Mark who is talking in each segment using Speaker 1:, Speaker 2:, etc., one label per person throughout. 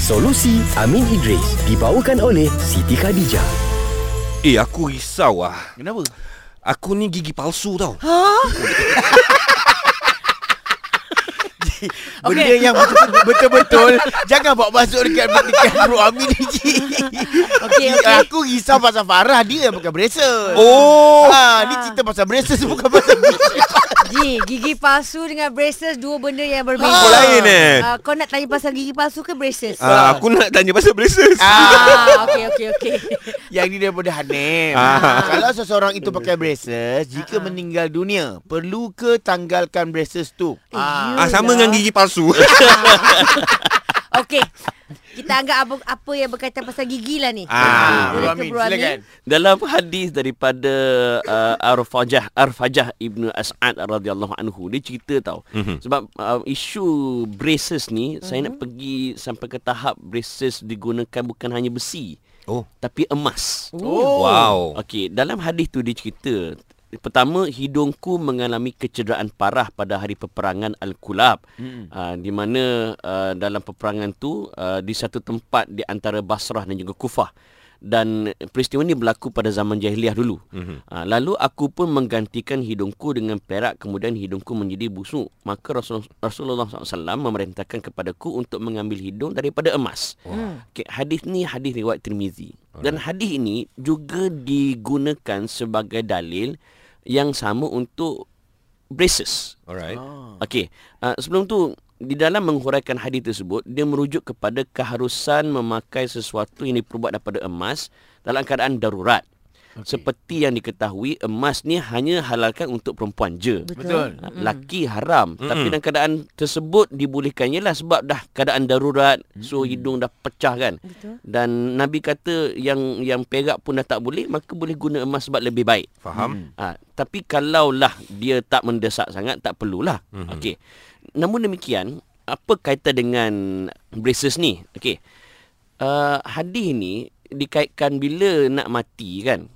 Speaker 1: Solusi Amin Idris dibawakan oleh Siti Khadijah.
Speaker 2: Eh aku risau ah.
Speaker 3: Kenapa?
Speaker 2: Aku ni gigi palsu tau.
Speaker 3: Benda okay. yang betul- betul-betul Jangan bawa masuk dekat Dekat Bro Amin ni Ji
Speaker 4: Okey okey.
Speaker 3: Aku risau pasal Farah Dia yang pakai braces
Speaker 2: Oh.
Speaker 3: ha, Ni cerita pasal braces Bukan pasal
Speaker 4: Ji, gigi palsu dengan braces dua benda yang berbeza.
Speaker 2: Kau lain, eh.
Speaker 4: Ah, kau nak tanya pasal gigi palsu ke braces?
Speaker 2: Ah, aku nak tanya pasal braces.
Speaker 4: Ah, okey okey okey.
Speaker 3: Yang ni daripada Hanem
Speaker 2: Ah.
Speaker 3: Kalau seseorang itu pakai braces
Speaker 4: Ah.
Speaker 3: Jika meninggal dunia Perlu ke tanggalkan braces tu?
Speaker 4: Eh, you.
Speaker 2: Ah sama dengan gigi palsu.
Speaker 4: Okey. Kita anggap apa, apa yang berkaitan pasal gigi lah ni.
Speaker 2: Ah,
Speaker 3: Bro
Speaker 4: Boleh ke,
Speaker 3: Amin
Speaker 4: Bro Amin?
Speaker 3: silakan
Speaker 5: Dalam hadis daripada uh, Arfajah Arfajah Ibnu As'ad radhiyallahu anhu dia cerita tau. Mm-hmm. Sebab uh, isu braces ni mm-hmm. saya nak pergi sampai ke tahap braces digunakan bukan hanya besi
Speaker 2: Oh.
Speaker 5: tapi emas.
Speaker 2: Oh. Wow.
Speaker 5: Okey, dalam hadis tu dia cerita Pertama, hidungku mengalami kecederaan parah pada hari peperangan Al-Kulab. Hmm. Uh, di mana uh, dalam peperangan tu uh, di satu tempat di antara Basrah dan juga Kufah. Dan peristiwa ini berlaku pada zaman jahiliah dulu. Hmm. Uh, lalu aku pun menggantikan hidungku dengan perak kemudian hidungku menjadi busuk. Maka Rasul, Rasulullah SAW memerintahkan kepadaku untuk mengambil hidung daripada emas. Oh. Okay, hadis ni hadis riwayat Tirmizi. Dan hadis ini juga digunakan sebagai dalil yang sama untuk braces.
Speaker 2: Alright.
Speaker 5: Okey, uh, sebelum tu di dalam menghuraikan hadis tersebut, dia merujuk kepada keharusan memakai sesuatu yang diperbuat daripada emas dalam keadaan darurat. Okay. Seperti yang diketahui, emas ni hanya halalkan untuk perempuan je.
Speaker 3: Betul
Speaker 5: Ha, Laki haram mm Tapi dalam keadaan tersebut Dibolehkan Yelah sebab dah keadaan darurat So hidung dah pecah kan
Speaker 4: Betul.
Speaker 5: Dan Nabi kata Yang yang perak pun dah tak boleh Maka boleh guna emas sebab lebih baik
Speaker 2: Faham?
Speaker 5: ha, Tapi kalaulah Dia tak mendesak sangat Tak perlulah mm-hmm. Okey Namun demikian Apa kaitan dengan Braces ni Okey uh, Hadis ni Dikaitkan bila nak mati kan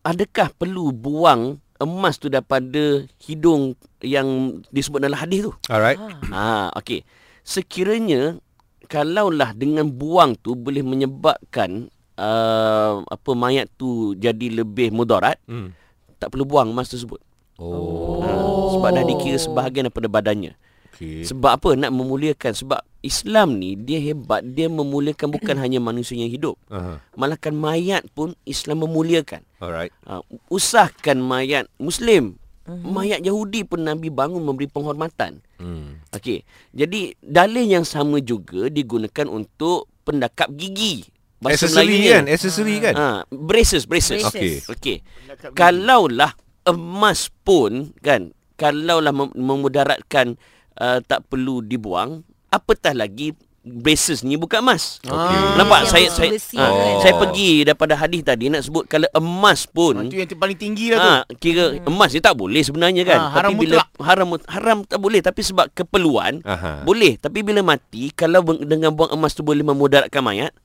Speaker 5: adakah perlu buang emas tu daripada hidung yang disebut dalam hadis tu?
Speaker 2: Alright.
Speaker 5: ha, okey. Sekiranya kalaulah dengan buang tu boleh menyebabkan uh, apa mayat tu jadi lebih mudarat,
Speaker 2: Hmm.
Speaker 5: tak perlu buang emas tersebut.
Speaker 2: Oh.
Speaker 5: Ha, sebab dah dikira sebahagian daripada badannya.
Speaker 2: Okay.
Speaker 5: Sebab apa? Nak memuliakan sebab Islam ni dia hebat, dia memuliakan bukan hanya manusia yang hidup.
Speaker 2: Uh-huh.
Speaker 5: Malahkan mayat pun Islam memuliakan.
Speaker 2: Alright.
Speaker 5: uh, usahkan mayat Muslim.
Speaker 4: Mhm.
Speaker 5: Mayat Yahudi pun Nabi bangun memberi penghormatan.
Speaker 2: Hmm.
Speaker 5: Okey. Jadi dalil yang sama juga digunakan untuk pendakap gigi.
Speaker 2: Accessory
Speaker 5: Melayunya.
Speaker 2: kan? Accessory kan?
Speaker 5: Ha, braces, braces.
Speaker 4: Braces.
Speaker 2: Okey.
Speaker 5: Okey. Kalaulah emas pun kan, kalaulah mem- memudaratkan uh, tak perlu dibuang, apatah lagi braces ni bukan emas.
Speaker 2: Okey.
Speaker 3: Ah.
Speaker 5: Nampak
Speaker 4: Oh. Yang
Speaker 5: saya
Speaker 4: besi besi
Speaker 5: saya ha,
Speaker 4: tu kan.
Speaker 5: saya pergi daripada hadis tadi nak sebut kalau emas pun
Speaker 3: Itu yang paling tinggi lah tu
Speaker 2: Ah.
Speaker 5: ha, kira emas dia tak boleh sebenarnya kan.
Speaker 3: Ah,
Speaker 5: Ha,
Speaker 3: haram
Speaker 5: tapi bila
Speaker 3: mutlak.
Speaker 5: haram mut- haram tak boleh tapi sebab keperluan
Speaker 2: Aha.
Speaker 5: boleh tapi bila mati kalau beng- dengan buang emas tu boleh memudaratkan mayat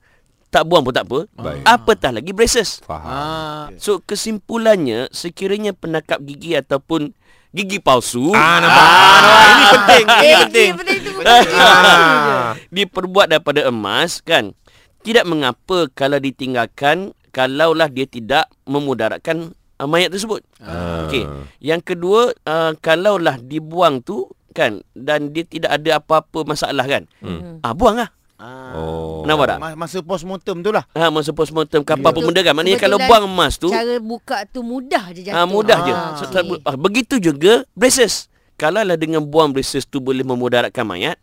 Speaker 5: tak buang pun tak apa. Ah.
Speaker 2: Baik.
Speaker 5: Apatah lagi braces.
Speaker 2: Faham.
Speaker 3: Ah.
Speaker 5: So kesimpulannya sekiranya penakap gigi ataupun gigi palsu
Speaker 2: Ah, nampak. Ah, nampak. Ini penting. Ini penting.
Speaker 4: Eh, gigi penting tu bukan gigi palsu je.
Speaker 2: Ah.
Speaker 5: diperbuat daripada emas kan tidak mengapa kalau ditinggalkan kalaulah dia tidak memudaratkan uh, mayat tersebut.
Speaker 2: Ah.
Speaker 5: Okey. Yang kedua uh, kalaulah dibuang tu kan dan dia tidak ada apa-apa masalah kan. Hmm. Ah buanglah.
Speaker 2: Oh.
Speaker 5: Nampak tak?
Speaker 3: Ma- Masa post-mortem tu lah
Speaker 5: Ha masa postmortem ke apa-apa
Speaker 4: Betul.
Speaker 5: benda kan. Maknanya kalau
Speaker 4: Kebetulan
Speaker 5: buang emas tu
Speaker 4: Cara buka tu mudah je jatuh.
Speaker 5: ah, mudah je.
Speaker 4: Ah,
Speaker 5: So,
Speaker 4: okey.
Speaker 5: tak- ah, begitu juga braces. Kalaulah dengan buang braces tu boleh memudaratkan mayat,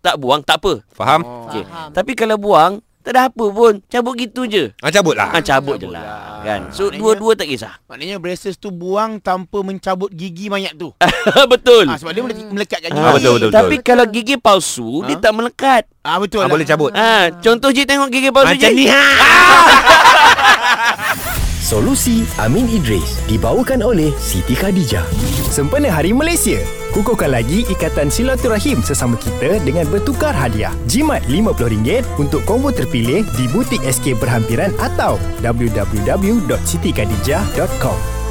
Speaker 5: tak buang tak apa.
Speaker 2: Faham?
Speaker 5: Okey.
Speaker 4: Faham.
Speaker 5: Tapi kalau buang tak ada apa pun. Cabut gitu je.
Speaker 2: Ah, cabut lah.
Speaker 5: Ah, cabut je
Speaker 3: Cabut lah.
Speaker 5: lah. Kan? So,
Speaker 3: Maknanya-
Speaker 5: dua-dua tak kisah.
Speaker 3: Maknanya braces tu buang tanpa mencabut gigi mayat tu.
Speaker 5: betul.
Speaker 3: Ah, sebab dia mele- melekat kat gigi.
Speaker 2: Ah, betul, betul,
Speaker 5: Tapi
Speaker 4: betul.
Speaker 5: kalau gigi palsu, dia tak melekat.
Speaker 3: Ah betul.
Speaker 2: Ah,
Speaker 3: lah.
Speaker 2: boleh cabut.
Speaker 5: Ah, contoh je tengok gigi palsu
Speaker 2: Macam
Speaker 5: je.
Speaker 2: ni ha.
Speaker 1: Solusi Amin Idris dibawakan oleh Siti Khadijah.
Speaker 6: Sempena Hari Malaysia, kukuhkan lagi ikatan silaturahim sesama kita dengan bertukar hadiah. Jimat RM50 untuk combo terpilih di butik SK berhampiran atau www.sitikadijah.com.